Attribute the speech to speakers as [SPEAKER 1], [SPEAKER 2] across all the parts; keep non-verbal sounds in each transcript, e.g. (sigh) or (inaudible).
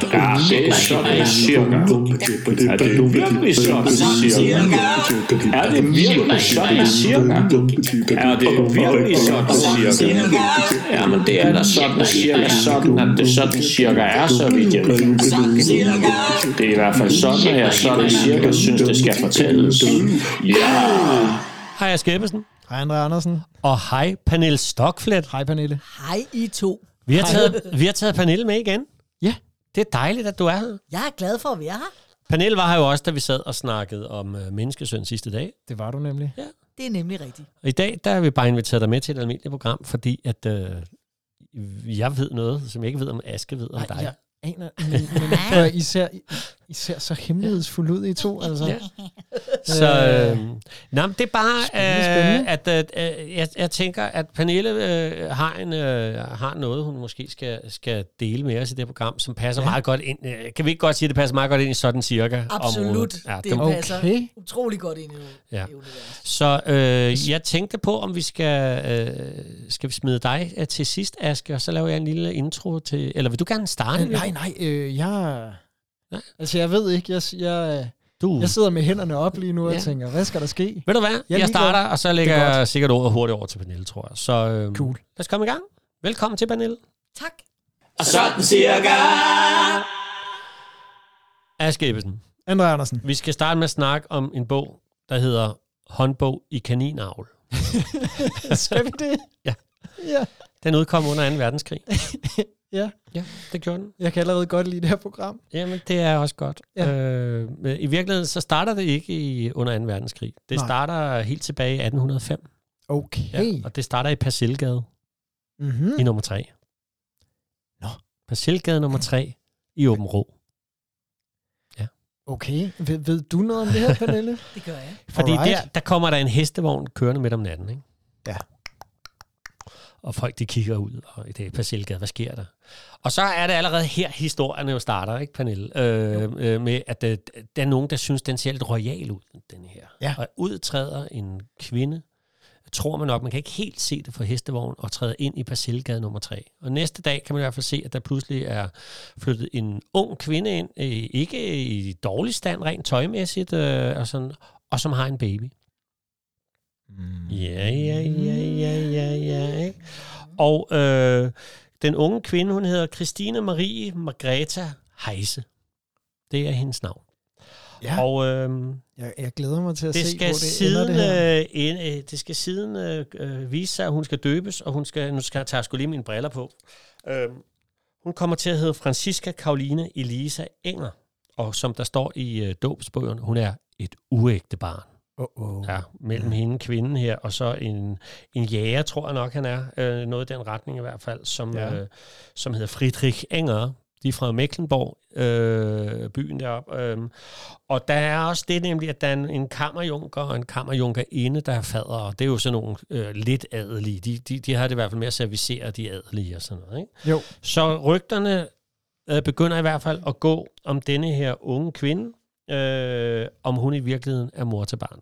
[SPEAKER 1] sådan, cirka? Er det nu virkelig sådan, cirka? Er det virkelig sådan, cirka? Er det virkelig sådan, cirka? Ja, men det er da sådan, cirka, sådan, at det sådan, cirka er, så vidt jeg ved. Det er i hvert fald sådan, at jeg sådan, cirka synes, det skal fortælles. Ja!
[SPEAKER 2] Hej, Aske Ebbesen.
[SPEAKER 3] Hej, André Andersen.
[SPEAKER 2] Og hej, Pernille Stockflet.
[SPEAKER 3] Hej, Pernille.
[SPEAKER 4] Hej I to.
[SPEAKER 2] Vi har taget, vi har taget Pernille med igen.
[SPEAKER 3] Ja.
[SPEAKER 2] Det er dejligt, at du er her.
[SPEAKER 4] Jeg er glad for at være her.
[SPEAKER 2] Pernille var her jo også, da vi sad og snakkede om øh, menneskesøn sidste dag.
[SPEAKER 3] Det var du nemlig.
[SPEAKER 4] Det er nemlig
[SPEAKER 2] (laughs)
[SPEAKER 4] rigtigt.
[SPEAKER 2] Og i dag, der har vi bare inviteret dig med til et almindeligt program, fordi at øh, jeg ved noget, som jeg ikke ved, om Aske ved om dig.
[SPEAKER 3] jeg aner, men, men prøv, at- I, ser, I- I ser så hemmelighedsfuldt ud, I to. Altså.
[SPEAKER 2] Ja. Så øh, nej, men det er bare,
[SPEAKER 3] Spændende,
[SPEAKER 2] øh, at øh, øh, jeg, jeg tænker, at Pernille øh, har, en, øh, har noget, hun måske skal, skal dele med os i det her program, som passer ja. meget godt ind. Øh, kan vi ikke godt sige, at det passer meget godt ind i sådan cirka?
[SPEAKER 4] Absolut.
[SPEAKER 2] området? Ja,
[SPEAKER 4] det
[SPEAKER 2] det må-
[SPEAKER 4] passer
[SPEAKER 3] Okay.
[SPEAKER 4] utrolig godt ind i det
[SPEAKER 2] Ja.
[SPEAKER 4] ja. univers.
[SPEAKER 2] så øh, jeg tænkte på, om vi skal, øh, skal vi smide dig øh, til sidst, Aske, og så laver jeg en lille intro til... Eller vil du gerne starte?
[SPEAKER 3] Øh, nej, nej, øh, jeg...
[SPEAKER 2] Nej.
[SPEAKER 3] Altså, jeg ved ikke, jeg, jeg,
[SPEAKER 2] Du.
[SPEAKER 3] jeg sidder med hænderne op lige nu og
[SPEAKER 2] Uh. Ja.
[SPEAKER 3] tænker, hvad skal der ske?
[SPEAKER 2] Ved du hvad? Jeg,
[SPEAKER 3] ligeglad.
[SPEAKER 2] jeg starter, og så lægger
[SPEAKER 3] Det er godt.
[SPEAKER 2] jeg sikkert ordet hurtigt over til Pernille, tror jeg. Så øh,
[SPEAKER 3] Cool.
[SPEAKER 2] lad os komme i gang. Velkommen til, Pernille.
[SPEAKER 4] Tak.
[SPEAKER 1] Og sådan cirka.
[SPEAKER 2] Aske Ebbesen,
[SPEAKER 3] André (laughs) Andersen.
[SPEAKER 2] vi skal starte med at snakke om en bog, der hedder Håndbog i kaninavl.
[SPEAKER 3] Skal vi det?
[SPEAKER 2] Ja.
[SPEAKER 3] ja.
[SPEAKER 2] Den udkom under 2. verdenskrig.
[SPEAKER 3] Ja,
[SPEAKER 2] Ja, det gjorde den.
[SPEAKER 3] jeg kan allerede godt lide det her program.
[SPEAKER 2] Jamen, det er også godt. Ja.
[SPEAKER 3] Ja.
[SPEAKER 2] Øh, men I virkeligheden, så starter det ikke i, under 2. verdenskrig. Det Nej.
[SPEAKER 3] Nej.
[SPEAKER 2] starter helt tilbage i 1805.
[SPEAKER 3] Okay.
[SPEAKER 2] Ja, og det starter i Persilgade
[SPEAKER 3] Mm-hmm.
[SPEAKER 2] i nummer 3.
[SPEAKER 3] Nå.
[SPEAKER 2] Persilgade nummer 3 i Åben Rå.
[SPEAKER 3] Okay. Ved, ved du noget om det her, (laughs) Pernille?
[SPEAKER 4] Det gør jeg.
[SPEAKER 2] Fordi
[SPEAKER 3] Alright.
[SPEAKER 2] der, der kommer der en hestevogn kørende midt om natten, ikke?
[SPEAKER 3] Ja.
[SPEAKER 2] Og folk, de kigger ud og i det er Persilgade, hvad sker der? Og så er det allerede her, historierne jo starter, ikke, Pernille? Øh, øh, med, at øh, der er nogen, der synes, den ser lidt royal ud, den her.
[SPEAKER 3] Ja.
[SPEAKER 2] Og udtræder en kvinde, tror man nok, man kan ikke helt se det fra hestevogn, og træder ind i Persilgade nummer 3. Og næste dag kan man i hvert fald se, at der pludselig er flyttet en ung kvinde ind, øh, ikke i dårlig stand rent tøjmæssigt, øh, og, sådan, og som har en baby.
[SPEAKER 3] Mm.
[SPEAKER 2] Ja, ja, ja, ja, ja, ja. ikke? Og øh, den unge kvinde, hun hedder Christine Marie Margrethe Heise. Det er hendes navn.
[SPEAKER 3] Ja.
[SPEAKER 2] Og øh,
[SPEAKER 3] Jeg, jeg glæder mig til at
[SPEAKER 2] det
[SPEAKER 3] se, hvor
[SPEAKER 2] skal
[SPEAKER 3] det
[SPEAKER 2] siden,
[SPEAKER 3] ender, det her.
[SPEAKER 2] øh, ind, øh, det skal siden øh, øh, vise sig, at hun skal døbes, og hun skal, nu skal jeg tage sgu lige mine briller på. Øh, hun kommer til at hedde Francisca Karoline Elisa Enger, og som der står i øh, dåbsbøgerne, hun er et uægte barn.
[SPEAKER 3] Oh,
[SPEAKER 2] Ja, mellem hende kvinden her, og så en, en jæger, tror jeg nok, han er. Øh, noget i den retning i hvert fald, som, ja.
[SPEAKER 3] Ja.
[SPEAKER 2] øh, som hedder Friedrich Enger. De er fra Mecklenburg, øh, byen deroppe. Øh. Og der er også det nemlig, at der er en, en kammerjunker og en kammerjunkerinde, der er fader, og det er jo sådan nogle øh, lidt adelige. De, de, de har det i hvert fald med at servicere de adelige og sådan noget. Ikke?
[SPEAKER 3] Jo.
[SPEAKER 2] Så rygterne øh, begynder i hvert fald at gå om denne her unge kvinde, øh, om hun i virkeligheden er mor til barn.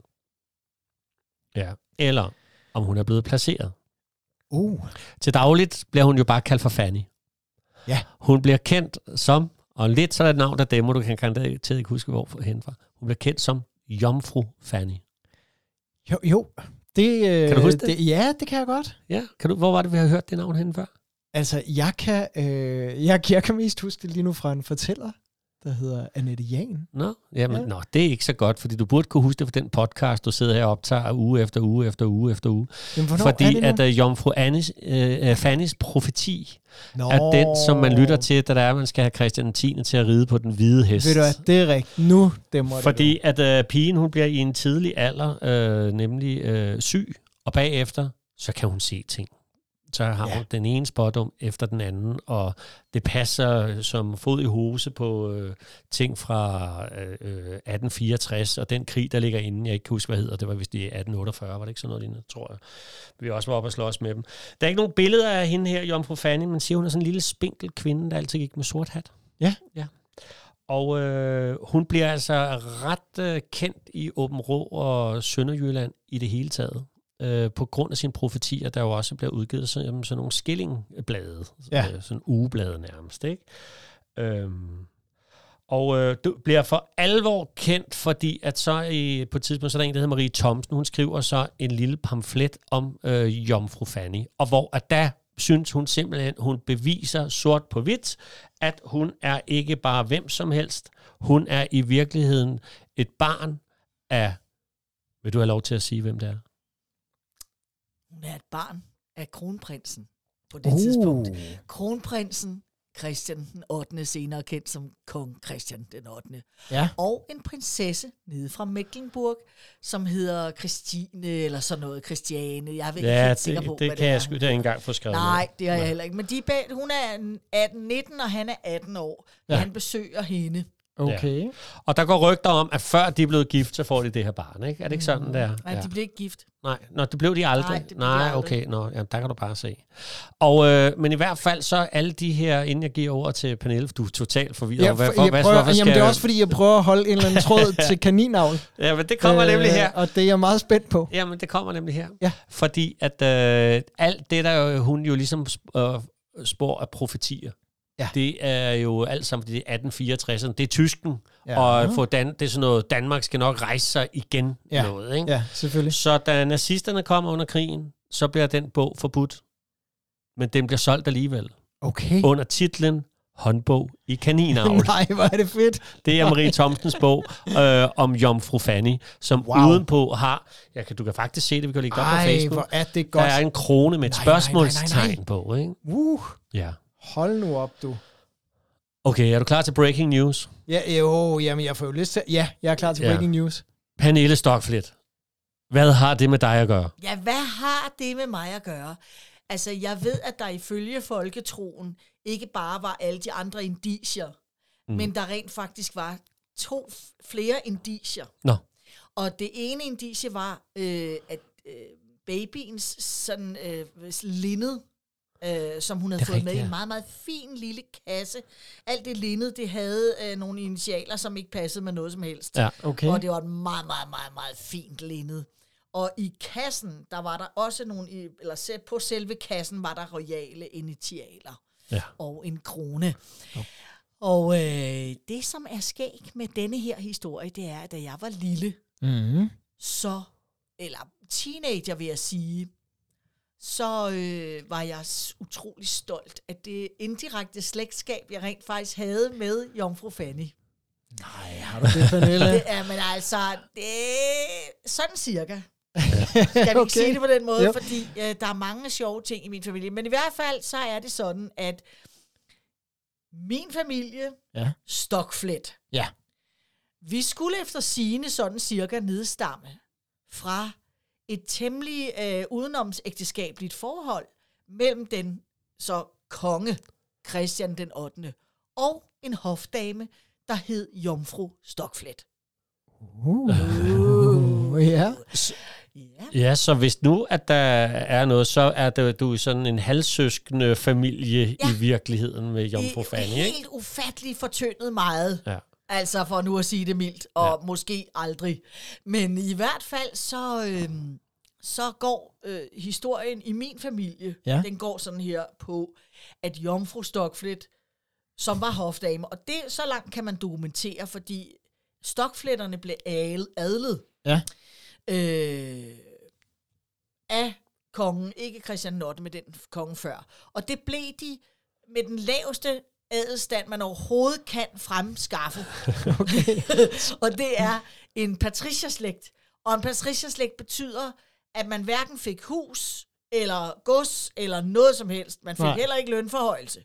[SPEAKER 2] Ja. Eller om hun er blevet placeret.
[SPEAKER 3] Uh.
[SPEAKER 2] Til dagligt bliver hun jo bare kaldt for Fanny.
[SPEAKER 3] Ja.
[SPEAKER 2] Hun bliver kendt som, og lidt sådan et navn, der dæmmer, du kan garanteret ikke huske, hvor hen fra. Hun bliver kendt som Jomfru Fanny.
[SPEAKER 3] Jo, jo. Det, øh,
[SPEAKER 2] Kan du huske det?
[SPEAKER 3] Ja, det kan jeg godt.
[SPEAKER 2] Ja, kan du, hvor var det, vi har hørt det navn henne før?
[SPEAKER 3] Altså, jeg kan, øh, jeg, jeg kan mest huske det lige nu fra en fortæller, der hedder Annette Jan.
[SPEAKER 2] Nå, jamen, ja.
[SPEAKER 3] Ja.
[SPEAKER 2] nå, det er ikke så godt, fordi du burde kunne huske det fra den podcast, du sidder her og optager uge efter uge efter uge efter uge.
[SPEAKER 3] Jamen, hvornår er
[SPEAKER 2] fordi
[SPEAKER 3] det nu?
[SPEAKER 2] at uh, Jomfru Annes, uh, Fannys profeti
[SPEAKER 3] Nå,
[SPEAKER 2] er øh, den, som man lytter til, da der er, at man skal have Christian 10. til at ride på den hvide hest.
[SPEAKER 3] Ved du hvad, det er rigtigt. Nu dæmmer det
[SPEAKER 2] Fordi at øh, pigen, hun bliver i en tidlig alder, øh, nemlig øh, syg, og bagefter, så kan hun se ting. Så har ja.
[SPEAKER 3] Ja.
[SPEAKER 2] hun den ene spådom efter den anden, og det passer øh, som fod i hose på øh, ting fra øh, øh, 1864, og den krig, der ligger inden, jeg ikke kan huske, hvad hedder, det var vist i 1848, var det ikke sådan noget lignende, tror jeg. Vi også var oppe og slås med dem. Der er ikke nogen billeder af hende her, Jomfru Fanny, men siger, hun er sådan en lille spinkel kvinde, der altid gik med sort hat.
[SPEAKER 3] Ja.
[SPEAKER 2] ja. Og øh, hun bliver altså ret øh, kendt i Åben Rå og Sønderjylland i det hele taget. øh, på grund af sine profetier, der jo også bliver udgivet sådan, sådan nogle skillingblade,
[SPEAKER 3] Ja.
[SPEAKER 2] øh, sådan ugeblade nærmest, ikke? Øhm, og øh, du bliver for alvor kendt, fordi at så i, på et tidspunkt, så er der en, der hedder Marie Thomsen, hun skriver så en lille pamflet om øh, Jomfru Fanny, og hvor at der synes hun simpelthen, hun beviser sort på hvidt, at hun er ikke bare hvem som helst, hun er i virkeligheden et barn af, vil du have lov til at sige, hvem det er?
[SPEAKER 4] Hun er et barn af kronprinsen på det uh. tidspunkt. Kronprinsen Christian den 8. senere kendt som kong Christian den 8.
[SPEAKER 3] Ja.
[SPEAKER 4] Og en prinsesse nede fra Mecklenburg, som hedder Christine eller sådan noget. Christiane. Jeg er ikke
[SPEAKER 2] Ja,
[SPEAKER 4] helt sikker
[SPEAKER 2] det,
[SPEAKER 4] på,
[SPEAKER 2] det,
[SPEAKER 4] hvad
[SPEAKER 2] kan
[SPEAKER 4] det
[SPEAKER 2] jeg
[SPEAKER 4] er.
[SPEAKER 2] sgu det har jeg ikke engang få skrevet.
[SPEAKER 4] Nej,
[SPEAKER 2] ned.
[SPEAKER 4] det har jeg heller ikke. Men de er bag, hun er 18-19, og han er 18 år. Ja.
[SPEAKER 2] Ja.
[SPEAKER 4] Han besøger hende.
[SPEAKER 3] Okay.
[SPEAKER 2] Og der går rygter om, at før de er blevet gift, så får de det her barn, ikke? Er det ikke sådan, det er?
[SPEAKER 4] Mm. Nej, ja. de bliver ikke gift.
[SPEAKER 2] Nej, nå, det blev de aldrig.
[SPEAKER 4] Nej,
[SPEAKER 2] Nej,
[SPEAKER 4] det blev de
[SPEAKER 2] Nej
[SPEAKER 4] aldrig.
[SPEAKER 2] okay, nå, jamen, der kan du bare se. Og, øh, men i hvert fald så alle de her, inden jeg giver ordet til Pernille, for du er totalt forvirret. over,
[SPEAKER 3] for- jeg prøver, jamen, det er også fordi, jeg prøver at holde en eller
[SPEAKER 2] (laughs)
[SPEAKER 3] anden tråd til kaninavl.
[SPEAKER 2] Ja, men det kommer øh, nemlig her.
[SPEAKER 3] Og det er jeg meget spændt på.
[SPEAKER 2] Jamen, det kommer nemlig her.
[SPEAKER 3] Ja.
[SPEAKER 2] Fordi at øh, alt det, der jo- hun jo ligesom sp- øh, spår af profetier,
[SPEAKER 3] Ja.
[SPEAKER 2] det er jo alt sammen, det er 1864'erne, det er tysken,
[SPEAKER 3] Ja.
[SPEAKER 2] ja. og få Dan- det er sådan noget, Danmark skal nok rejse sig igen
[SPEAKER 3] Ja.
[SPEAKER 2] noget, ikke?
[SPEAKER 3] Ja, selvfølgelig.
[SPEAKER 2] Så da nazisterne kommer under krigen, så bliver den bog forbudt. Men den bliver solgt alligevel.
[SPEAKER 3] Okay. (laughs)
[SPEAKER 2] Under titlen Håndbog i kaninavl.
[SPEAKER 3] Nej, hvor er det fedt.
[SPEAKER 2] Det er Marie Thomsens bog øh, om Jomfru Fanny, som
[SPEAKER 3] Wow.
[SPEAKER 2] wow. udenpå har... Jeg kan, du kan faktisk se det, vi kan jo lægge det op på
[SPEAKER 3] Ej,
[SPEAKER 2] Facebook.
[SPEAKER 3] hvor er det
[SPEAKER 2] Der
[SPEAKER 3] godt.
[SPEAKER 2] er en krone med et
[SPEAKER 3] Nej, nej, nej, nej, nej.
[SPEAKER 2] spørgsmålstegn på, ikke?
[SPEAKER 3] Uh,
[SPEAKER 2] Ja.
[SPEAKER 3] hold nu op, du.
[SPEAKER 2] Okay, er du klar til breaking news?
[SPEAKER 3] Ja, jo, jamen, jeg får jo lyst til... Ja, jeg er klar til
[SPEAKER 2] Ja.
[SPEAKER 3] breaking news.
[SPEAKER 2] Pernille Stockflit, hvad har det med dig at gøre?
[SPEAKER 4] Ja, hvad har det med mig at gøre? Altså, jeg ved, at der ifølge folketroen ikke bare var alle de andre indicier, mm. men der rent faktisk var to f- flere indicier.
[SPEAKER 2] Nå,
[SPEAKER 4] Og det ene indicie var, øh, at øh, babyens sådan øh, linned, øh, som hun havde
[SPEAKER 2] Det er
[SPEAKER 4] fået med i
[SPEAKER 2] rigtigt,
[SPEAKER 4] en
[SPEAKER 2] ja.
[SPEAKER 4] meget, meget fin lille kasse, alt det linned, det havde øh, nogle initialer, som ikke passede med noget som helst.
[SPEAKER 2] ja.
[SPEAKER 3] Okay.
[SPEAKER 4] Og det var et meget, meget, meget, meget fint linned. Og i kassen, der var der også nogle, i- eller selv- på selve kassen var der royale initialer
[SPEAKER 2] ja.
[SPEAKER 4] og en krone. Og øh, det, som er skæg med denne her historie, det er, at da jeg var lille,
[SPEAKER 3] Mm-hmm.
[SPEAKER 4] så, eller teenager vil jeg sige, så øh, var jeg s- utrolig stolt af det indirekte slægtskab, jeg rent faktisk havde med Jomfru Fanny.
[SPEAKER 3] Ej, har du
[SPEAKER 2] (laughs)
[SPEAKER 3] det, Pernille?
[SPEAKER 4] Det er, men altså, det sådan cirka. Skal vi ikke
[SPEAKER 3] Okay.
[SPEAKER 4] sige det på den måde,
[SPEAKER 3] Jo.
[SPEAKER 4] jo. fordi øh, der er mange sjove ting i min familie. Men i hvert fald, så er det sådan, at min familie,
[SPEAKER 3] Ja.
[SPEAKER 4] stokflet,
[SPEAKER 3] Ja.
[SPEAKER 4] vi skulle efter sigende sådan cirka nedstamme fra et temmelig øh, udenomsægteskabeligt forhold mellem den så konge Christian den 8. og en hofdame, der hed Jomfru Stokflet.
[SPEAKER 3] Uh, ja.
[SPEAKER 4] Ja.
[SPEAKER 2] Ja, så hvis nu, at der er noget, så er det, du er sådan en halvsøskende familie ja. i virkeligheden med Jomfru Fanny,
[SPEAKER 4] helt
[SPEAKER 2] ikke?
[SPEAKER 4] ufatteligt fortyndet meget.
[SPEAKER 2] Ja.
[SPEAKER 4] Altså for nu at sige det mildt, og ja. måske aldrig. Men i hvert fald, så, øhm, så går øh, historien i min familie,
[SPEAKER 3] Ja.
[SPEAKER 4] den går sådan her på, at Jomfru Stokflet, som var hofdame, og det så langt kan man dokumentere, fordi stokfletterne blev al- adlet
[SPEAKER 3] Ja.
[SPEAKER 4] øh, af kongen, ikke Christian Notte, med den konge før. Og det blev de med den laveste adelstand, man overhovedet kan fremskaffe. og det er en patricierslægt. Og en patricierslægt betyder, at man hverken fik hus, eller gods, eller noget som helst. Man fik
[SPEAKER 3] Nej.
[SPEAKER 4] Nej. heller ikke lønforhøjelse.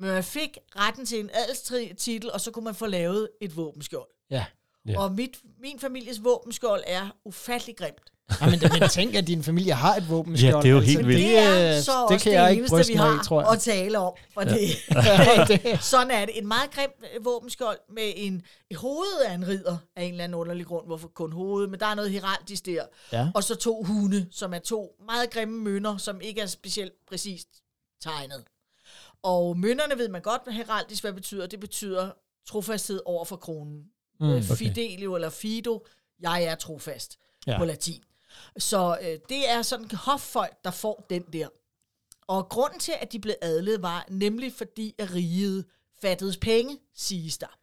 [SPEAKER 4] Men man fik retten til en adelstitel, og så kunne man få lavet et våbenskjold.
[SPEAKER 3] Ja.
[SPEAKER 2] Ja.
[SPEAKER 4] Ja. Og mit, min families våbenskjold er ufattelig grimt.
[SPEAKER 3] Ja, men, men tænk, at din familie har et våbenskjold.
[SPEAKER 2] Ja, det er jo helt vildt.
[SPEAKER 4] Det er
[SPEAKER 3] øh,
[SPEAKER 4] så
[SPEAKER 3] det
[SPEAKER 4] også
[SPEAKER 3] kan jeg
[SPEAKER 4] det
[SPEAKER 3] ikke
[SPEAKER 4] eneste,
[SPEAKER 3] bryste
[SPEAKER 4] vi
[SPEAKER 3] mig
[SPEAKER 4] har
[SPEAKER 3] af, tror jeg. (laughs)
[SPEAKER 4] at tale om. For ja. det. Sådan er det. En meget grim øh, våbenskjold med en i hovedet af en ridder af en eller anden underlig grund. Hvorfor kun hovedet? Men der er noget heraldisk der.
[SPEAKER 3] Ja.
[SPEAKER 4] Og så to hunde, som er to meget grimme mønner, som ikke er specielt præcist tegnet. Og mønnerne ved man godt, hvad heraldisk hvad betyder. Det betyder trofasthed Øh, over for kronen. Mm, okay. Fidelio eller Fido, jeg er trofast
[SPEAKER 3] Ja.
[SPEAKER 4] ja. på latin. Så øh, det er sådan hoffolk, der får den der. Og grunden til, at de blev adlet, var nemlig fordi, at riget fattedes penge, siges der.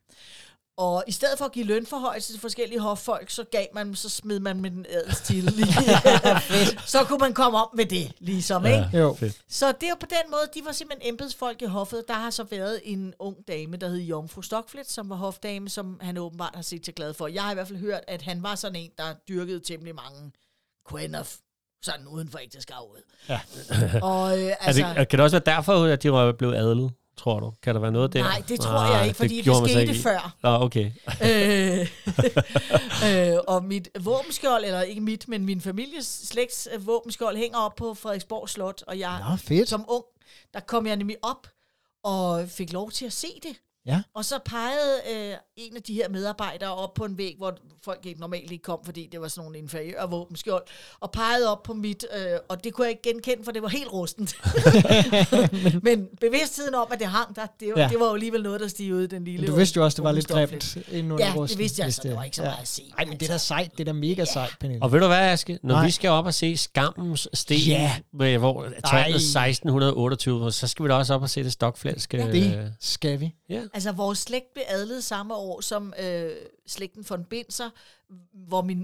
[SPEAKER 4] Og i stedet for at give lønforhøjelse til forskellige hoffolk, så gav man dem, så smed man med den ædelstille. så kunne man komme om med det, ligesom, ikke?
[SPEAKER 2] Ja,
[SPEAKER 3] Jo.
[SPEAKER 2] fedt.
[SPEAKER 4] Så det er jo på den måde, de var simpelthen embedsfolk i hoffet. Der har så været en ung dame, der hed Jomfru Stockflet, som var hofdame, som han åbenbart har set sig glad for. Jeg har i hvert fald hørt, at han var sådan en, der dyrkede temmelig mange kvinder, sådan uden for ægteskabet.
[SPEAKER 2] Ja.
[SPEAKER 4] (laughs) Og øh,
[SPEAKER 2] Altså,
[SPEAKER 4] altså,
[SPEAKER 2] er det, kan det også være derfor, at de var blevet adlet, tror du? Kan der være noget der?
[SPEAKER 4] nej, det tror jeg ikke, fordi det,
[SPEAKER 2] gjorde
[SPEAKER 4] det
[SPEAKER 2] man så
[SPEAKER 4] skete
[SPEAKER 2] ikke i.
[SPEAKER 4] før.
[SPEAKER 2] Nå, okay.
[SPEAKER 4] øh, øh, (laughs) og mit våbenskjold, eller ikke mit, men min families slægts øh, våbenskjold, hænger op på Frederiksborg Slot, og jeg
[SPEAKER 3] Nå, fedt.
[SPEAKER 4] som ung, der kom jeg nemlig op og fik lov til at se det.
[SPEAKER 3] Ja.
[SPEAKER 4] Og så pegede øh, en af de her medarbejdere op på en væg, hvor folk ikke normalt ikke kom, fordi det var sådan nogle inferiøre våbenskjold, og pegede op på mit, øh, og det kunne jeg ikke genkende, for det var
[SPEAKER 3] (laughs)
[SPEAKER 4] helt rustent. Men bevidstheden om, at det hang der, det, ja.
[SPEAKER 3] Ja.
[SPEAKER 4] det var jo alligevel noget, der stigede ud i den lille
[SPEAKER 3] Men du vidste jo også, det var lidt
[SPEAKER 4] våbenskjold.
[SPEAKER 3] grimt inden under
[SPEAKER 4] Ja, det
[SPEAKER 3] rusten,
[SPEAKER 4] vidste jeg,
[SPEAKER 3] hvis
[SPEAKER 4] så det var ikke så meget at se. altså.
[SPEAKER 3] Ej, men det er da sejt. Det er da mega sejt, Pernille.
[SPEAKER 2] Og ved du hvad, Aske? Når Nej.
[SPEAKER 3] Nej.
[SPEAKER 2] vi skal op og se Skammens Sten,
[SPEAKER 3] Ja.
[SPEAKER 2] med, hvor tallet 1628, så skal vi da også op og se det øh, stokflæske. Ja,
[SPEAKER 3] Det skal vi.
[SPEAKER 4] Altså, vores slægt blev adlet samme år som øh, slægten von Binser, hvor min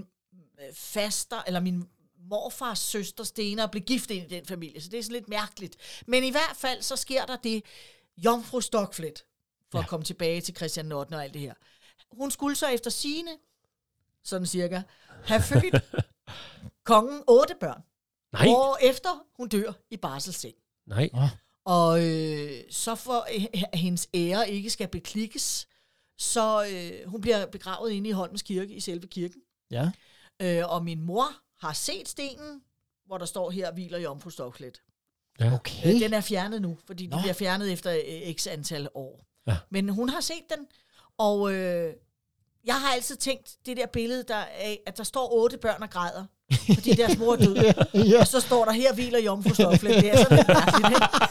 [SPEAKER 4] øh, faster, eller min morfars søster Stener blev gift ind i den familie, så det er sådan lidt mærkeligt. Men i hvert fald, så sker der det, Jomfru Stockflet, for ja. at komme tilbage til Christian Norden og alt det her. Hun skulle så efter sine, sådan cirka, have født kongen otte børn,
[SPEAKER 2] Nej,
[SPEAKER 4] hvor efter hun dør i barselsseng.
[SPEAKER 2] nej.
[SPEAKER 4] Og øh, så for øh, at hendes ære ikke skal beklikkes, så øh, hun bliver begravet inde i Holmens Kirke, i selve kirken.
[SPEAKER 3] Ja.
[SPEAKER 4] Øh, og min mor har set stenen, hvor der står her, hviler Jomfru Stoklet.
[SPEAKER 3] Okay.
[SPEAKER 4] Øh, den er fjernet nu, fordi den
[SPEAKER 3] Nå.
[SPEAKER 4] bliver fjernet efter øh, x antal år.
[SPEAKER 2] Ja.
[SPEAKER 4] Men hun har set den, og øh, jeg har altid tænkt det der billede, der af, at der står otte børn og græder, fordi deres mor er død.
[SPEAKER 3] (laughs) Ja.
[SPEAKER 4] Og så står der, her hviler Jomfru Stoklet. Det er sådan lidt mærkeligt, ikke?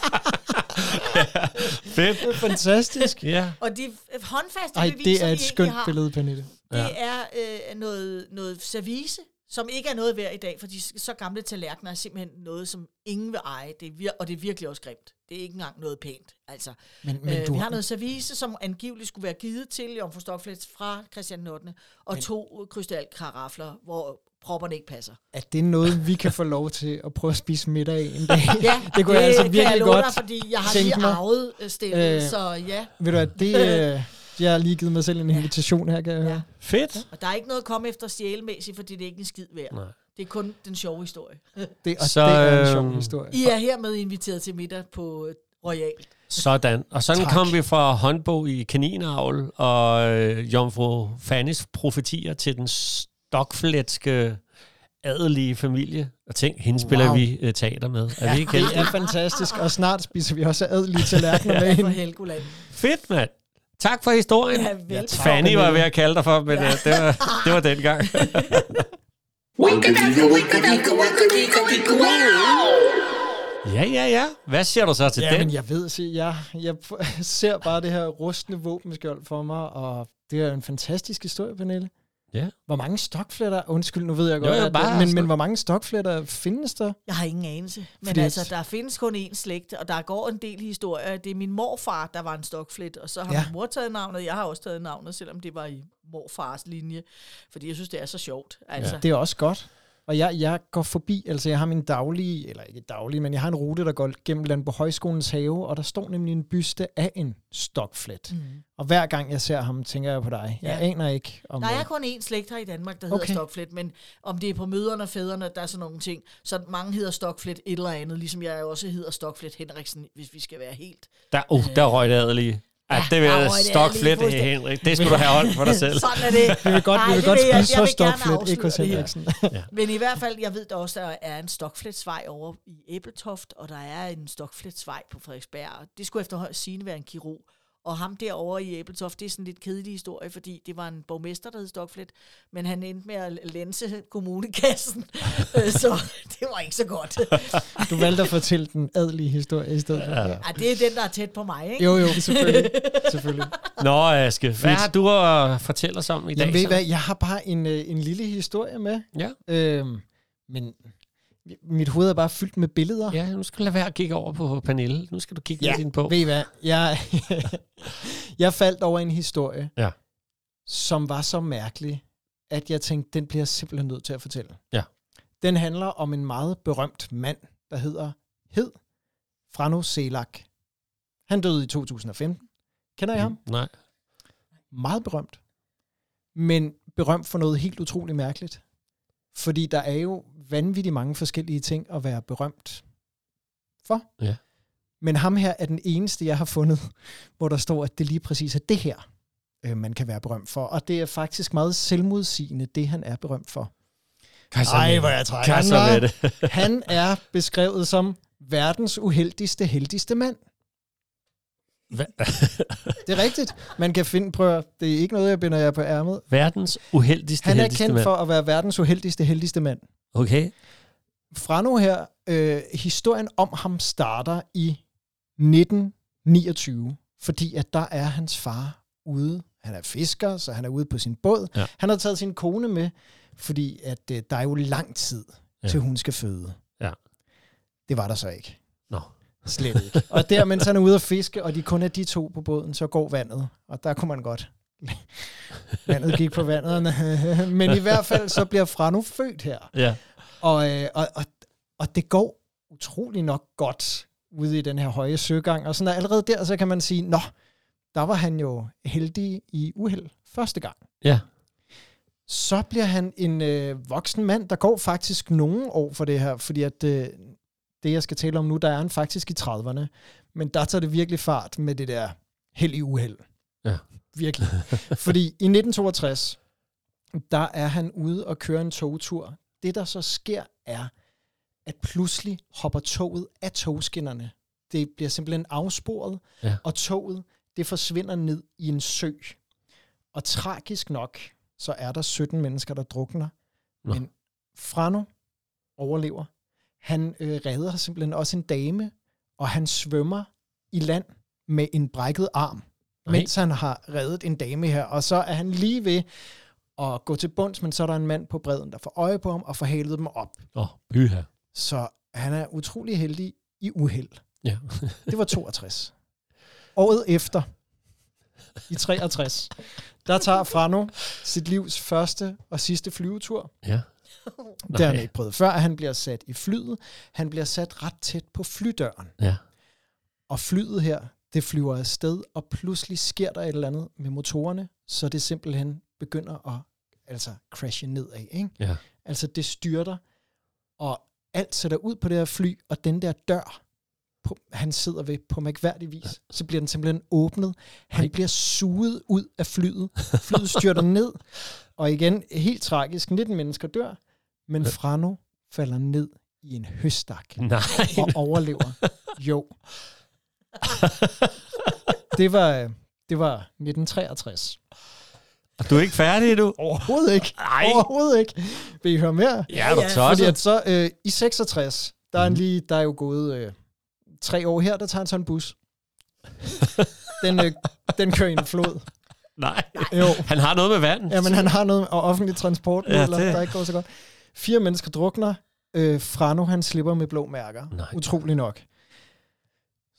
[SPEAKER 2] Fedt.
[SPEAKER 3] Det er
[SPEAKER 4] (laughs)
[SPEAKER 3] fantastisk.
[SPEAKER 2] Ja.
[SPEAKER 4] Og de f- håndfaste
[SPEAKER 3] Ej,
[SPEAKER 4] beviser,
[SPEAKER 3] det er
[SPEAKER 4] vi
[SPEAKER 3] et
[SPEAKER 4] egentlig
[SPEAKER 3] skønt
[SPEAKER 4] har,
[SPEAKER 3] billede, Pernille.
[SPEAKER 4] det er øh, noget, noget service, som ikke er noget værd i dag, for de s- så gamle tallerkener er simpelthen noget, som ingen vil eje, det er vir- og det er virkelig også grimt. Det er ikke engang noget pænt. Altså,
[SPEAKER 3] Men, men
[SPEAKER 4] øh,
[SPEAKER 3] du,
[SPEAKER 4] vi har noget service, som angiveligt skulle være givet til Jomfru Stockflets fra Christian 8. og men, to krystalkarafler, hvor propperne ikke passer.
[SPEAKER 3] er det noget, vi kan få lov til at prøve at spise middag af en dag?
[SPEAKER 4] (laughs) Ja,
[SPEAKER 3] det kunne jeg altså
[SPEAKER 4] kan
[SPEAKER 3] virkelig
[SPEAKER 4] jeg love
[SPEAKER 3] godt
[SPEAKER 4] dig, fordi jeg har
[SPEAKER 3] tænke
[SPEAKER 4] lige
[SPEAKER 3] mig.
[SPEAKER 4] arvet øh, stillet, øh,
[SPEAKER 3] Øh,
[SPEAKER 4] så ja.
[SPEAKER 3] Ved du at det... Øh, jeg har lige givet mig selv en invitation her, kan jeg
[SPEAKER 4] ja.
[SPEAKER 3] høre.
[SPEAKER 2] Fedt.
[SPEAKER 4] Og der er ikke noget at komme efter sjælemæssigt, fordi det er ikke en skid værd.
[SPEAKER 2] Nej.
[SPEAKER 4] Det er kun den sjove (laughs) historie.
[SPEAKER 3] Det, og
[SPEAKER 2] Så,
[SPEAKER 3] så, det er en sjov
[SPEAKER 2] øhm,
[SPEAKER 3] historie.
[SPEAKER 4] I er hermed inviteret til middag på øh, Royal.
[SPEAKER 2] Sådan. Og sådan tak.
[SPEAKER 3] Tak.
[SPEAKER 2] kom vi fra håndbog i kaninavl og øh, jomfru Fannis profetier til den stokflætske adelige familie. Og tænk, hende spiller
[SPEAKER 3] Wow.
[SPEAKER 2] vi øh, teater med. Er vi ikke
[SPEAKER 3] Det
[SPEAKER 2] heldige?
[SPEAKER 3] er fantastisk, og snart spiser vi også adelige tallerkener med
[SPEAKER 4] (laughs) Ja, fra
[SPEAKER 3] hende.
[SPEAKER 4] Helgoland.
[SPEAKER 2] Fedt, mand. Tak for historien.
[SPEAKER 4] Ja, vel.
[SPEAKER 2] Fanny var jeg ved at kalde dig for, men ja.
[SPEAKER 4] Ja.
[SPEAKER 2] det, var, det var dengang. ja, ja, ja. Hvad siger du så til
[SPEAKER 3] Ja,
[SPEAKER 2] den?
[SPEAKER 3] men jeg ved, se, jeg, jeg f- (laughs) ser bare det her rustne våbenskjold for mig, og det er en fantastisk historie, Pernille.
[SPEAKER 2] Ja.
[SPEAKER 3] Hvor mange stokfletter, undskyld, nu ved jeg
[SPEAKER 2] Jo,
[SPEAKER 3] godt,
[SPEAKER 2] jo,
[SPEAKER 3] at-
[SPEAKER 2] bare
[SPEAKER 3] men,
[SPEAKER 2] sådan-
[SPEAKER 3] men hvor mange stokfletter findes der?
[SPEAKER 4] Jeg har ingen anelse. Men
[SPEAKER 3] Fordi-
[SPEAKER 4] altså, der findes kun én slægt, og der går en del historier. Det er min morfar, der var en stokflet, og så har ja.
[SPEAKER 3] Ja.
[SPEAKER 4] min mor taget navnet. Jeg har også taget navnet, selvom det var i morfars linje. Fordi jeg synes, det er så sjovt. Altså, ja.
[SPEAKER 3] Det er også godt. Og jeg, jeg går forbi, altså jeg har min daglige, eller ikke daglige, men jeg har en rute, der går gennem Landbo Højskolens have, og der står nemlig en byste af en stokflet. Mm. Og hver gang jeg ser ham, tænker jeg på dig. Jeg
[SPEAKER 4] Ja.
[SPEAKER 3] ja. aner ikke om...
[SPEAKER 4] Der er
[SPEAKER 3] øh,
[SPEAKER 4] kun én slægt her i Danmark, der hedder okay.
[SPEAKER 3] Okay.
[SPEAKER 4] Stokflet, men om det er på møderne og fædrene, der er sådan nogle ting. Så mange hedder Stokflet et eller andet, ligesom jeg jo også hedder Stokflet Henriksen, hvis vi skal være helt
[SPEAKER 2] Der, uh, der røg det adelige. Ja,
[SPEAKER 4] Ja,
[SPEAKER 2] det vil
[SPEAKER 4] der
[SPEAKER 2] jeg
[SPEAKER 4] røg det
[SPEAKER 2] stokflet,
[SPEAKER 4] adelige fuldstændig.
[SPEAKER 2] Henrik. Det skulle du have holdt for
[SPEAKER 4] (laughs)
[SPEAKER 2] dig selv.
[SPEAKER 4] Sådan er
[SPEAKER 3] (laughs)
[SPEAKER 4] det.
[SPEAKER 3] Vi vil godt,
[SPEAKER 4] Ej,
[SPEAKER 3] vi vil
[SPEAKER 4] det
[SPEAKER 3] godt
[SPEAKER 4] vil jeg-
[SPEAKER 3] spise
[SPEAKER 4] jeg
[SPEAKER 3] hos
[SPEAKER 4] vil gerne
[SPEAKER 3] stokflet, ikke hos
[SPEAKER 4] afsløre det.
[SPEAKER 3] Henriksen.
[SPEAKER 4] Men i hvert fald, jeg ved da også, der er en stokfletsvej over i Æbletoft, og der er en stokfletsvej på Frederiksberg. og Det skulle efterhøjt sigende være en kirurg. Og ham derovre i Æbletoft, det er sådan en lidt kedelig historie, fordi det var en borgmester, der hed Stokflet, men han endte med at lense kommunekassen, Øh, så det var ikke så godt.
[SPEAKER 3] (laughs) Du valgte at fortælle den adelige historie i stedet for. Ja.
[SPEAKER 4] Ej, det er den, der er tæt på mig, ikke?
[SPEAKER 3] Jo, jo, selvfølgelig.
[SPEAKER 4] (laughs)
[SPEAKER 3] selvfølgelig.
[SPEAKER 2] Nå, Aske. Hvad har du at fortælle os om i dag?
[SPEAKER 3] Jamen, ved I
[SPEAKER 2] så?
[SPEAKER 3] hvad, jeg har bare en, øh, en lille historie med.
[SPEAKER 2] Ja.
[SPEAKER 3] Øhm, Men mit hoved er bare fyldt med billeder.
[SPEAKER 2] Ja, nu skal du lade være at kigge over på Pernille. Nu skal du kigge ja, lidt ind på.
[SPEAKER 3] ved I hvad? Jeg, (laughs) jeg faldt over en historie,
[SPEAKER 2] Ja.
[SPEAKER 3] som var så mærkelig, at jeg tænkte, den bliver jeg simpelthen nødt til at fortælle.
[SPEAKER 2] Ja.
[SPEAKER 3] Den handler om en meget berømt mand, der hedder Hed Frano Selak. Han døde i 2015. Kender
[SPEAKER 2] Mm-hmm.
[SPEAKER 3] I ham?
[SPEAKER 2] Nej.
[SPEAKER 3] meget berømt, men berømt for noget helt utroligt mærkeligt. Fordi der er jo vanvittigt mange forskellige ting at være berømt for.
[SPEAKER 2] Ja.
[SPEAKER 3] Men ham her er den eneste, jeg har fundet, (laughs) hvor der står, at det lige præcis er det her, øh, man kan være berømt for. Og det er faktisk meget selvmodsigende, det han er berømt
[SPEAKER 2] (laughs)
[SPEAKER 3] for. Ej, hvor jeg trækker
[SPEAKER 2] Kan
[SPEAKER 3] den,
[SPEAKER 2] så
[SPEAKER 3] hva'?
[SPEAKER 2] med det.
[SPEAKER 3] Han er beskrevet som verdens uheldigste, heldigste mand.
[SPEAKER 2] Hva-
[SPEAKER 3] Det er rigtigt. Man kan finde, prøv at, det er ikke noget, jeg binder jer på ærmet.
[SPEAKER 2] Verdens uheldigste
[SPEAKER 3] Han er
[SPEAKER 2] heldigste
[SPEAKER 3] kendt
[SPEAKER 2] mand.
[SPEAKER 3] for at være verdens uheldigste, heldigste mand.
[SPEAKER 2] Okay.
[SPEAKER 3] Frano her, øh, historien om ham starter i 1929, fordi at der er hans far ude. Han er fisker, så han er ude på sin båd.
[SPEAKER 2] Ja.
[SPEAKER 3] Han har taget sin kone med, fordi at øh, der er jo lang tid,
[SPEAKER 2] Ja.
[SPEAKER 3] ja. til hun skal føde.
[SPEAKER 2] Ja.
[SPEAKER 3] Det var der så ikke.
[SPEAKER 2] Nå.
[SPEAKER 3] Slet ikke. og der, mens han er ude at fiske, og de kun er de to på båden, så går vandet. Og der kunne man godt. (laughs) vandet gik på vandet. (laughs) Men i hvert fald, så bliver Frano født her.
[SPEAKER 2] Ja.
[SPEAKER 3] Og, øh, og, og, og det går utrolig nok godt ude i den her høje søgang. Og sådan, og allerede der, så kan man sige, nå, der var han jo heldig i uheld første gang.
[SPEAKER 2] Ja.
[SPEAKER 3] Så bliver han en øh, voksen mand, der går faktisk nogle år for det her, fordi at øh, det, jeg skal tale om nu, der er han faktisk i 30'erne. Men der tager det virkelig fart med det der held i uheld.
[SPEAKER 2] Ja.
[SPEAKER 3] Virkelig. Fordi i 1962, der er han ude og køre en togtur det, der så sker, er, at pludselig hopper toget af togskinnerne. Det bliver simpelthen afsporet,
[SPEAKER 2] Ja.
[SPEAKER 3] og toget det forsvinder ned i en sø. Og tragisk nok, så er der 17 mennesker, der drukner.
[SPEAKER 2] Nå.
[SPEAKER 3] Nå. Men Frano overlever. Han øh, redder simpelthen også en dame, og han svømmer i land med en brækket arm,
[SPEAKER 2] Nej.
[SPEAKER 3] mens han har reddet en dame her. Og så er han lige ved at gå til bunds, men så er der en mand på bredden, der får øje på ham og får halet dem op.
[SPEAKER 2] Åh, oh, pyha.
[SPEAKER 3] Så han er utrolig heldig i uheld.
[SPEAKER 2] Ja.
[SPEAKER 3] Det var 62. Året efter, i 63, der tager Frano sit livs første og sidste flyvetur.
[SPEAKER 2] Ja.
[SPEAKER 3] Det har han ikke prøvet før. Han bliver sat i flyet. Han bliver sat ret tæt på flydøren.
[SPEAKER 2] Ja.
[SPEAKER 3] Og flyet her, det flyver afsted, og pludselig sker der et eller andet med motorerne, så det simpelthen begynder at altså, crashe nedad. Ikke?
[SPEAKER 2] Ja.
[SPEAKER 3] Altså det styrter, og alt sætter ud på det her fly, og den der dør, på, han sidder ved på mærkværdig vis, så bliver den simpelthen åbnet. Han
[SPEAKER 2] Nej.
[SPEAKER 3] bliver suget ud af flyet. Flyet (laughs) styrter ned, og igen, helt tragisk, 19 mennesker dør, men Frano falder ned i en
[SPEAKER 2] (laughs)
[SPEAKER 3] høstak
[SPEAKER 2] Nej.
[SPEAKER 3] og (laughs) overlever. Jo. Det var, øh, det var 1963.
[SPEAKER 2] Og du er ikke færdig endnu?
[SPEAKER 3] Overhovedet ikke.
[SPEAKER 2] Nej.
[SPEAKER 3] Overhovedet ikke. Vil I høre mere?
[SPEAKER 2] Ja, er du
[SPEAKER 4] Ja,
[SPEAKER 2] tosset?
[SPEAKER 3] Fordi at så øh, i 66, der er, han lige, der er jo gået øh, tre år her, der tager han så en bus. Den, øh, den kører i en flod.
[SPEAKER 2] Nej.
[SPEAKER 3] Jo.
[SPEAKER 2] Han har noget med vand.
[SPEAKER 3] Jamen, han har noget og offentlig transport,
[SPEAKER 2] Ja,
[SPEAKER 3] ja, eller,
[SPEAKER 2] det-
[SPEAKER 3] der ikke går så godt. Fire mennesker drukner. Øh, Frano, han slipper med blå mærker.
[SPEAKER 2] Nej.
[SPEAKER 3] Utrolig nok.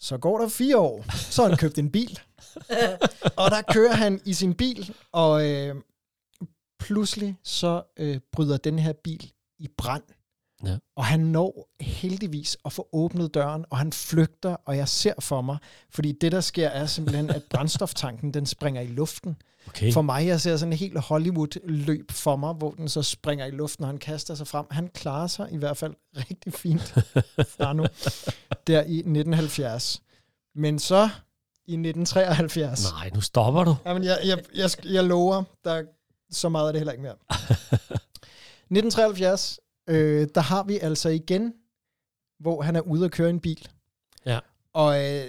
[SPEAKER 3] Så går der fire år, så har han købt en bil. og der kører han i sin bil, og øh, pludselig så øh, bryder den her bil i brand.
[SPEAKER 2] Ja.
[SPEAKER 3] Og han når heldigvis at få åbnet døren, og han flygter, og jeg ser for mig, fordi det, der sker, er simpelthen, at brændstoftanken, den springer i luften.
[SPEAKER 2] Okay.
[SPEAKER 3] For mig, jeg ser sådan en helt Hollywood-løb for mig, hvor den så springer i luften, og han kaster sig frem. Han klarer sig i hvert fald rigtig fint fra nu, der i 1970. Men så i 1973,
[SPEAKER 2] Nej, nu stopper du.
[SPEAKER 3] Jamen, jeg, jeg, jeg, sk- jeg lover, der er så meget af det heller ikke mere. 1973, øh, der har vi altså igen, hvor han er ude at køre en bil.
[SPEAKER 2] Ja.
[SPEAKER 3] Og øh,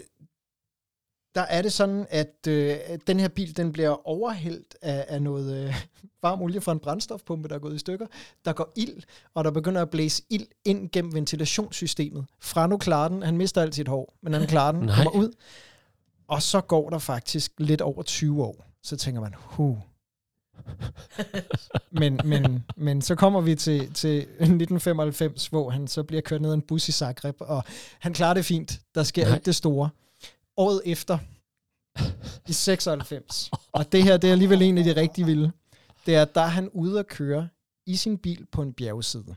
[SPEAKER 3] der er det sådan, at øh, at den her bil, den bliver overhældt af, af noget øh, (laughs) varm olie fra en brændstofpumpe, der er gået i stykker. Der går ild, og der begynder at blæse ild ind gennem ventilationssystemet. Frano klarer den, han mister alt sit hår, men han klarer den,
[SPEAKER 2] Nej.
[SPEAKER 3] kommer ud. Og så går der faktisk lidt over 20 år. Så tænker man, huh, men, men, men så kommer vi til, til 1995, hvor han så bliver kørt ned af en bus i Zagreb, og han klarer det fint. Der sker Nej. ikke det store. Året efter, i 96, og det her det er alligevel en af de rigtig vilde, det er, at der er han ude at køre i sin bil på en bjergside.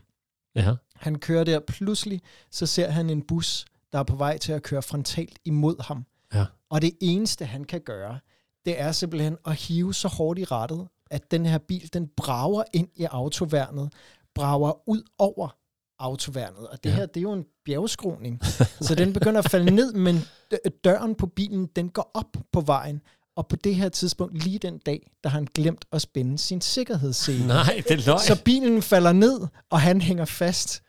[SPEAKER 2] Ja.
[SPEAKER 3] Han kører der, pludselig så ser han en bus, der er på vej til at køre frontalt imod ham.
[SPEAKER 2] Ja.
[SPEAKER 3] Og det eneste, han kan gøre, det er simpelthen at hive så hårdt i rettet, at den her bil, den brager ind i autoværnet, brager ud over autoværnet. Og det ja. her, det er jo en bjergskroning. så den begynder at falde ned, men døren på bilen, den går op på vejen. Og på det her tidspunkt, lige den dag, der har han glemt at spænde sin sikkerhedssele.
[SPEAKER 2] Nej, det løg.
[SPEAKER 3] Så bilen falder ned, og han hænger fast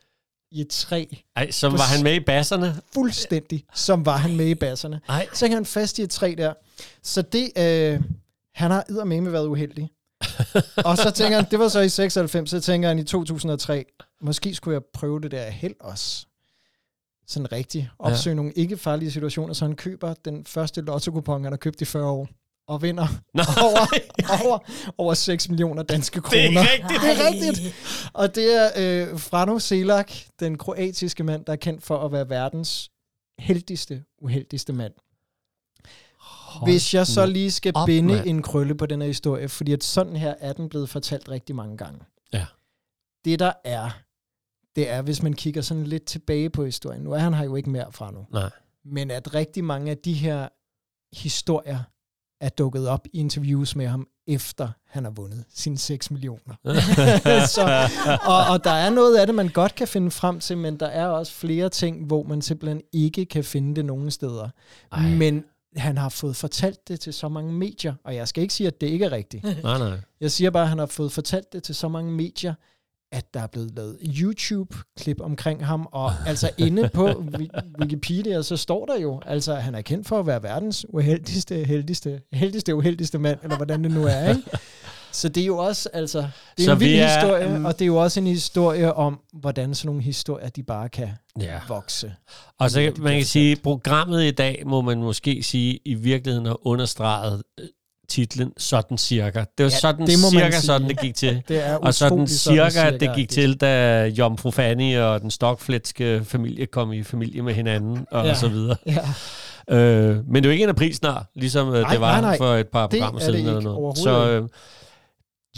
[SPEAKER 3] i et træ.
[SPEAKER 2] Ej, som var han med i basserne?
[SPEAKER 3] Fuldstændig, som var han med i basserne.
[SPEAKER 2] Ej.
[SPEAKER 3] Så hænger han fast i et træ der. Så det, øh, han har eddermame været uheldig. og så tænker han, det var så i 96, så tænker han i 2003, måske skulle jeg prøve det der held også. Sådan rigtigt. Opsøge ja. nogle ikke farlige situationer, så han køber den første lotto han har købt i 40 år og vinder Nej. (laughs) over, over, over 6 millioner danske kroner. Det
[SPEAKER 2] er rigtigt.
[SPEAKER 3] Det er rigtigt. Og det er øh, Frano Selak, den kroatiske mand, der er kendt for at være verdens heldigste, uheldigste mand. Hold Hvis jeg så lige skal op, binde man. en krølle på den her historie, fordi at sådan her er den blevet fortalt rigtig mange gange.
[SPEAKER 2] Ja.
[SPEAKER 3] Det der er, det er, hvis man kigger sådan lidt tilbage på historien. Nu er han her jo ikke mere fra nu.
[SPEAKER 2] Nej.
[SPEAKER 3] Men at rigtig mange af de her historier er dukket op i interviews med ham, efter han har vundet sine 6 millioner. (laughs) så, (laughs) og, og der er noget af det, man godt kan finde frem til, men der er også flere ting, hvor man simpelthen ikke kan finde det nogen steder. Ej. Men han har fået fortalt det til så mange medier, og jeg skal ikke sige, at det ikke er rigtigt.
[SPEAKER 2] nej, nej.
[SPEAKER 3] Jeg siger bare, at han har fået fortalt det til så mange medier, at der er blevet lavet YouTube-klip omkring ham, (laughs) og altså inde på Wikipedia, så står der jo, altså han er kendt for at være verdens uheldigste, heldigste, heldigste, uheldigste mand, eller hvordan det nu er, ikke? Så det er jo også, altså, det er så en vild er, historie, um... og det er jo også en historie om, hvordan sådan nogle historier, de bare kan ja. vokse.
[SPEAKER 2] Og så man kan sige, programmet i dag, må man måske sige, i virkeligheden har understreget øh, titlen Sådan Cirka. Det var ja, sådan det cirka, sådan (laughs) det gik til.
[SPEAKER 3] det er
[SPEAKER 2] og sådan cirka, sådan cirka, det gik til, da Jomfru Fanny og den stokflætske familie kom i familie med hinanden, og, ja. og så videre.
[SPEAKER 3] Ja.
[SPEAKER 2] Øh, men det er jo ikke en aprilsnar, ligesom nej, det var nej, nej. for et par programmer siden.
[SPEAKER 3] Det er det
[SPEAKER 2] eller
[SPEAKER 3] noget.
[SPEAKER 2] Så, øh,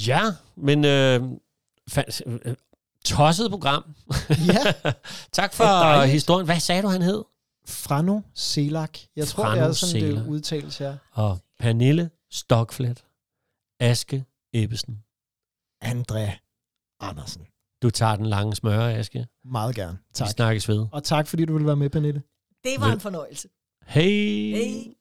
[SPEAKER 2] ja, men øh, fa- tosset program.
[SPEAKER 3] Ja.
[SPEAKER 2] (laughs) tak for historien. Hvad sagde du, han hed?
[SPEAKER 3] Frano Selak. Jeg tror, Frano det er sådan, Selak. det udtales her.
[SPEAKER 2] Og Pernille Stokflet, Aske Ebbesen.
[SPEAKER 3] André Andersen.
[SPEAKER 2] Du tager den lange smøre, Aske.
[SPEAKER 3] Meget gerne.
[SPEAKER 2] Tak. Vi snakkes ved.
[SPEAKER 3] Og tak, fordi du ville være med, Pernille.
[SPEAKER 4] Det var Vel. en fornøjelse.
[SPEAKER 2] Hej. Hey.